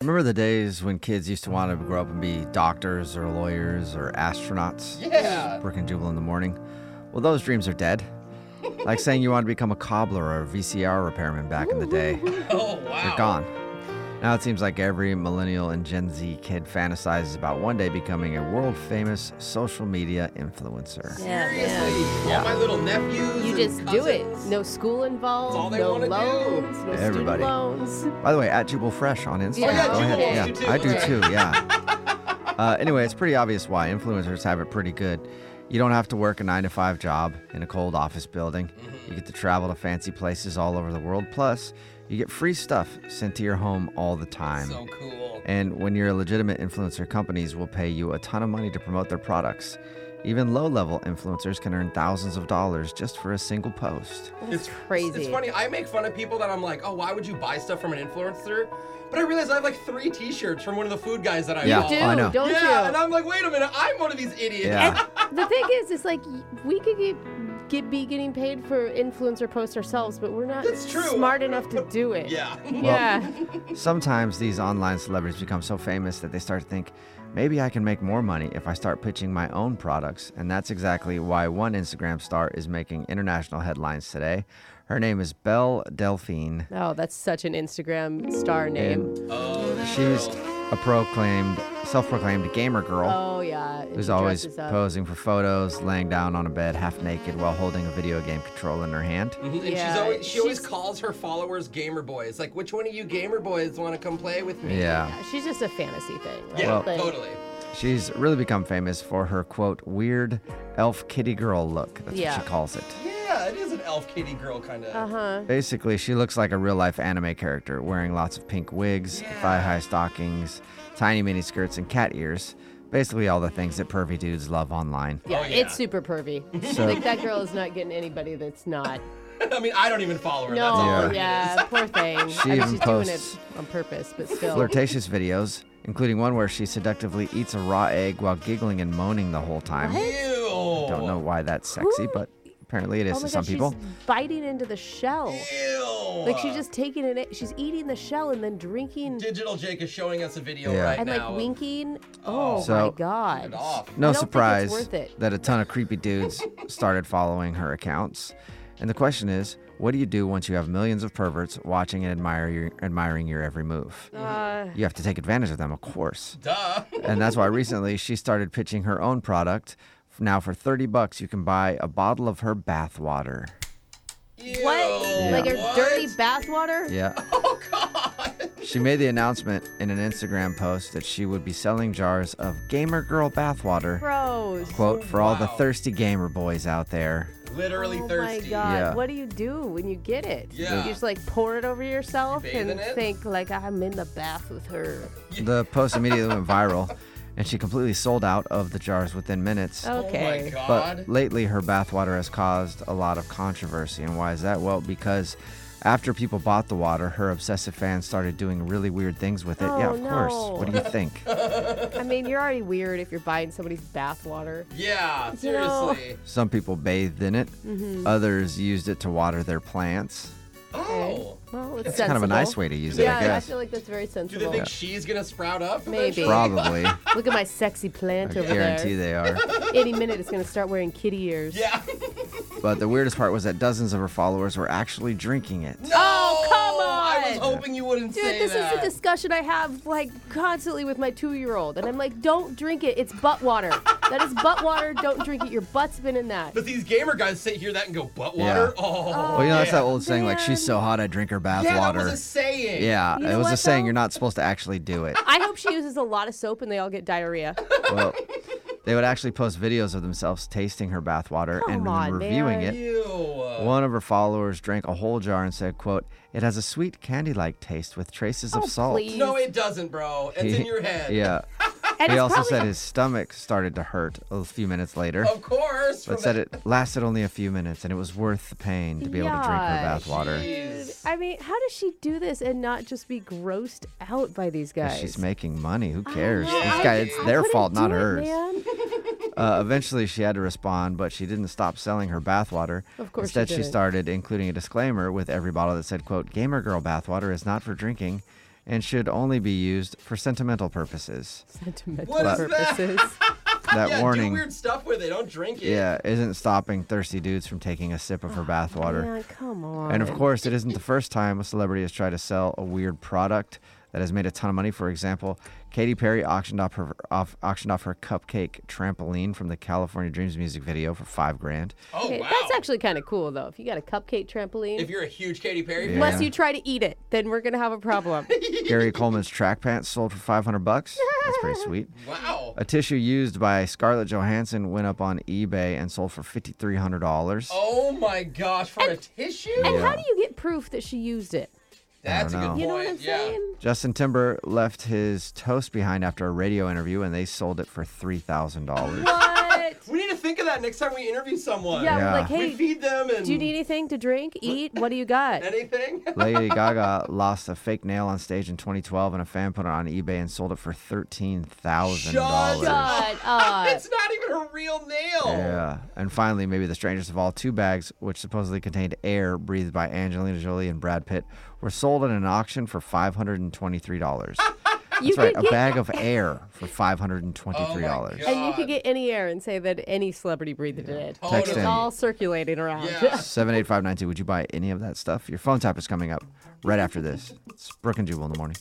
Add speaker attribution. Speaker 1: Remember the days when kids used to want to grow up and be doctors or lawyers or astronauts?
Speaker 2: Yeah.
Speaker 1: Brook and Jubal in the morning. Well, those dreams are dead. Like saying you wanted to become a cobbler or a VCR repairman back in the day.
Speaker 2: Oh wow.
Speaker 1: They're gone. Now it seems like every millennial and Gen Z kid fantasizes about one day becoming a world famous social media influencer.
Speaker 3: Yeah, man.
Speaker 2: Seriously, all my little nephews.
Speaker 3: You
Speaker 2: and
Speaker 3: just do it.
Speaker 2: cousins.
Speaker 3: No school involved.
Speaker 2: all they
Speaker 3: no
Speaker 2: wanna do.
Speaker 3: loans. No
Speaker 1: Everybody.
Speaker 3: student loans.
Speaker 1: By the way, at Jubal Fresh on Instagram.
Speaker 3: Oh, yeah,
Speaker 1: Go
Speaker 3: Jubal
Speaker 1: ahead.
Speaker 3: Fresh,
Speaker 1: yeah,
Speaker 2: you too.
Speaker 1: I do
Speaker 3: Okay.
Speaker 1: too. Yeah. Uh, anyway, it's pretty obvious why influencers have it pretty good. You don't have to work a nine to five job in a cold office building.
Speaker 3: Mm-hmm.
Speaker 1: You get to travel to fancy places all over the world. Plus, you get free stuff sent to your home all the time.
Speaker 2: So cool.
Speaker 1: And when you're a legitimate influencer, companies will pay you a ton of money to promote their products. Even low level influencers can earn thousands of dollars just for a single post.
Speaker 3: It's crazy.
Speaker 2: It's funny. I make fun of people that I'm like, oh, why would you buy stuff from an influencer? But I realize I have like three T-shirts from one of the food guys that I
Speaker 1: Yeah.
Speaker 2: follow.
Speaker 3: Do,
Speaker 1: Oh, I know.
Speaker 3: don't
Speaker 2: yeah,
Speaker 3: you?
Speaker 2: and I'm like, wait a minute, I'm one of these idiots.
Speaker 1: Yeah.
Speaker 3: the thing is, it's like y- we could get, get be getting paid for influencer posts ourselves, but we're not
Speaker 2: That's true.
Speaker 3: smart enough to do it.
Speaker 2: yeah.
Speaker 3: Yeah.
Speaker 1: Sometimes these online celebrities become so famous that they start to think, maybe I can make more money if I start pitching my own products. And that's exactly why one Instagram star is making international headlines today. Her name is Belle Delphine.
Speaker 3: oh, that's such an Instagram star name.
Speaker 2: Oh,
Speaker 1: She's a proclaimed, self proclaimed gamer girl.
Speaker 3: Oh yeah. and
Speaker 1: who's
Speaker 3: she
Speaker 1: always
Speaker 3: dresses up.
Speaker 1: posing for photos, laying down on a bed half naked while holding a video game controller in her hand.
Speaker 2: mm-hmm, and
Speaker 3: Yeah,
Speaker 2: she's always she always
Speaker 3: she's-
Speaker 2: calls her followers gamer boys. Like, which one of you gamer boys want to come play with me?
Speaker 1: Yeah.
Speaker 3: She's just a fantasy thing. Right?
Speaker 2: Yeah,
Speaker 1: Well-
Speaker 3: Like,
Speaker 2: totally.
Speaker 1: She's really become famous for her quote, weird elf kitty girl look. That's
Speaker 3: Yeah.
Speaker 1: what she calls it.
Speaker 2: Yeah, it is an elf kitty girl kind of.
Speaker 3: Uh-huh.
Speaker 1: Basically, she looks like a real life anime character, wearing lots of pink wigs,
Speaker 2: Yeah.
Speaker 1: thigh high stockings, tiny mini skirts, and cat ears. Basically, all the things that pervy dudes love online.
Speaker 3: Yeah,
Speaker 2: Oh, yeah.
Speaker 3: it's super pervy.
Speaker 1: So-
Speaker 3: like that girl is not getting anybody that's not.
Speaker 2: I mean, I don't even follow her. That's all.
Speaker 3: No,
Speaker 1: it
Speaker 3: yeah, poor thing.
Speaker 1: She
Speaker 3: I mean,
Speaker 1: even
Speaker 3: she's
Speaker 1: posts
Speaker 3: doing it on purpose, but still.
Speaker 1: Flirtatious videos, including one where she seductively eats a raw egg while giggling and moaning the whole time.
Speaker 2: Ew.
Speaker 1: Don't know why that's sexy,
Speaker 3: Who-
Speaker 1: but apparently it is
Speaker 3: oh my
Speaker 1: to
Speaker 3: God,
Speaker 1: some people.
Speaker 3: she's biting into the shell.
Speaker 2: Ew.
Speaker 3: Like she's just taking it. in- She's eating the shell and then drinking
Speaker 2: Digital Jake is showing us a video
Speaker 1: Yeah.
Speaker 2: right
Speaker 3: and
Speaker 2: now.
Speaker 3: like winking. Oh
Speaker 1: So-
Speaker 3: my god.
Speaker 2: Turn it off.
Speaker 1: No
Speaker 3: I don't think it's
Speaker 1: surprise
Speaker 3: worth it.
Speaker 1: that a ton of creepy dudes started following her accounts. And the question is, what do you do once you have millions of perverts watching and admire your, admiring your every move?
Speaker 3: Uh,
Speaker 1: You have to take advantage of them, of course.
Speaker 2: Duh.
Speaker 1: And that's why recently she started pitching her own product. Now for 30 bucks you can buy a bottle of her bath water.
Speaker 2: Ew.
Speaker 3: what? Like her
Speaker 2: What?
Speaker 3: dirty bathwater?
Speaker 1: Yeah. Oh god. She made the announcement in an Instagram post that she would be selling jars of gamer girl bath water.
Speaker 3: Gross.
Speaker 1: quote for all the
Speaker 2: Wow.
Speaker 1: thirsty gamer boys out there.
Speaker 2: Literally
Speaker 3: oh
Speaker 2: thirsty.
Speaker 3: my god.
Speaker 1: Yeah.
Speaker 3: What do you do when you get it?
Speaker 2: Yeah.
Speaker 3: You just like pour it over yourself
Speaker 2: You bathe
Speaker 3: and
Speaker 2: in it?
Speaker 3: think like I'm in the bath with her.
Speaker 1: The post immediately went viral, and she completely sold out of the jars within minutes.
Speaker 3: Okay.
Speaker 2: Oh my god.
Speaker 1: But lately, her bathwater has caused a lot of controversy. And why is that? Well, because after people bought the water, her obsessive fans started doing really weird things with it. yeah,
Speaker 3: Oh,
Speaker 1: of course.
Speaker 3: no.
Speaker 1: What do you think?
Speaker 3: I mean, you're already weird if you're buying somebody's bathwater.
Speaker 2: yeah,
Speaker 3: You know-
Speaker 2: seriously.
Speaker 1: Some people bathed in it,
Speaker 3: Mm-hmm.
Speaker 1: others used it to water their plants.
Speaker 2: Oh.
Speaker 3: Well, it's,
Speaker 1: It's kind of a nice way to use it,
Speaker 3: Yeah,
Speaker 1: I
Speaker 3: I
Speaker 1: guess.
Speaker 3: feel like that's very
Speaker 2: Do they
Speaker 3: sensible.
Speaker 2: think she's gonna sprout up?
Speaker 3: Maybe.
Speaker 1: Probably.
Speaker 2: eventually?
Speaker 3: Look at my sexy plant
Speaker 1: I
Speaker 3: over
Speaker 1: guarantee
Speaker 3: there.
Speaker 1: they are.
Speaker 3: Any minute, it's gonna start wearing kitty ears.
Speaker 2: Yeah.
Speaker 1: But the weirdest part was that dozens of her followers were actually drinking it.
Speaker 2: Oh,
Speaker 3: come
Speaker 2: I was
Speaker 3: on.
Speaker 2: hoping you wouldn't
Speaker 3: Dude,
Speaker 2: say
Speaker 3: this is
Speaker 2: that.
Speaker 3: a discussion I have like constantly with my two-year-old, and I'm like, "Don't drink it. It's butt water. that is butt water. Don't drink it. Your butt's been in that."
Speaker 2: but these gamer guys sit here that and go butt
Speaker 1: Yeah.
Speaker 2: water. Oh.
Speaker 1: Well, you know, that's
Speaker 2: yeah.
Speaker 1: that old saying, like, she's so hot, I drink her bath
Speaker 2: Yeah,
Speaker 1: water.
Speaker 2: that was a saying.
Speaker 1: yeah,
Speaker 3: You
Speaker 1: it
Speaker 3: know
Speaker 1: was a
Speaker 3: what,
Speaker 1: saying
Speaker 3: though?
Speaker 1: you're not supposed to actually do it.
Speaker 3: I hope she uses a lot of soap and they all get diarrhea.
Speaker 1: well, they would actually post videos of themselves tasting her bath water and
Speaker 3: Come on,
Speaker 1: reviewing
Speaker 3: man.
Speaker 1: it.
Speaker 2: Ew.
Speaker 1: One of her followers drank a whole jar and said, quote, it has a sweet candy-like taste with traces of
Speaker 3: Oh,
Speaker 1: salt.
Speaker 3: please.
Speaker 2: No, it doesn't, bro. It's in your head.
Speaker 1: yeah.
Speaker 3: And
Speaker 1: he
Speaker 3: it's
Speaker 1: also
Speaker 3: probably Oh,
Speaker 1: said his stomach started to hurt a few minutes later.
Speaker 2: Of course.
Speaker 1: But
Speaker 2: from
Speaker 1: said
Speaker 2: that-
Speaker 1: it lasted only a few minutes and it was worth the pain to be able to drink her
Speaker 3: Yeah,
Speaker 1: bath water.
Speaker 3: Dude, I mean, how does she do this and not just be grossed out by these guys?
Speaker 1: She's making money. Who cares?
Speaker 3: I know.
Speaker 1: These
Speaker 3: I-
Speaker 1: guys, it's
Speaker 3: I
Speaker 1: their
Speaker 3: couldn't
Speaker 1: fault, not
Speaker 3: do it,
Speaker 1: hers.
Speaker 3: man.
Speaker 1: Uh, eventually, she had to respond, but she didn't stop selling her bathwater.
Speaker 3: Of course she
Speaker 1: Instead, she,
Speaker 3: didn't.
Speaker 1: started including a disclaimer with every bottle that said, "quote Gamer girl bathwater is not for drinking, and should only be used for sentimental purposes.
Speaker 3: Sentimental
Speaker 2: What is that?
Speaker 3: purposes.
Speaker 1: That
Speaker 2: yeah, do
Speaker 1: warning,
Speaker 2: weird stuff with it. Don't drink it.
Speaker 1: yeah, isn't stopping thirsty dudes from taking a sip of her bathwater.
Speaker 3: Oh, Man, come on.
Speaker 1: And of course, it isn't the first time a celebrity has tried to sell a weird product that has made a ton of money. For example, Katy Perry auctioned off her off, auctioned off her cupcake trampoline from the California Dreams music video for five grand.
Speaker 2: Oh
Speaker 3: Okay,
Speaker 2: wow.
Speaker 3: That's actually kind of cool, though. If you got a cupcake trampoline,
Speaker 2: If you're a huge Katy Perry fan,
Speaker 3: unless you try to eat it, then we're gonna have a problem.
Speaker 1: Gary Coleman's track pants sold for five hundred bucks. That's pretty sweet.
Speaker 2: wow.
Speaker 1: A tissue used by Scarlett Johansson went up on eBay and sold for fifty three hundred dollars.
Speaker 2: Oh my gosh, for a tissue?
Speaker 3: And how do you get proof that she used it?
Speaker 2: That's a
Speaker 1: I
Speaker 2: good
Speaker 1: don't
Speaker 2: point.
Speaker 1: know.
Speaker 3: You know what I'm
Speaker 2: yeah.
Speaker 3: saying?
Speaker 1: Justin Timber left his toast behind after a radio interview, and they sold it for three thousand dollars.
Speaker 3: What?
Speaker 2: We need to think of that next time we interview someone.
Speaker 3: yeah,
Speaker 1: Yeah.
Speaker 3: like,
Speaker 2: We
Speaker 3: hey,
Speaker 2: feed them and
Speaker 3: do you need anything to drink, eat? What do you got?
Speaker 2: anything.
Speaker 1: Lady Gaga lost a fake nail on stage in 2012, and a fan put it on eBay and sold it for thirteen thousand
Speaker 2: Shut
Speaker 1: dollars.
Speaker 2: up.
Speaker 3: God, uh,
Speaker 2: it's not even a real nail.
Speaker 1: Yeah, and finally, maybe the strangest of all, two bags which supposedly contained air breathed by Angelina Jolie and Brad Pitt were sold at an auction for five hundred and twenty-three dollars.
Speaker 3: you
Speaker 1: That's right,
Speaker 3: could
Speaker 1: a
Speaker 3: get Oh
Speaker 1: bag of air for five hundred and twenty-three dollars.
Speaker 2: God.
Speaker 3: and you could get any air and say that any celebrity breathed it in.
Speaker 2: Totally.
Speaker 3: It's all circulating around.
Speaker 2: Yeah.
Speaker 1: Seven eight five nine two. Would you buy any of that stuff? Your phone tap is coming up right after this. It's Brooke and Jubal in the morning.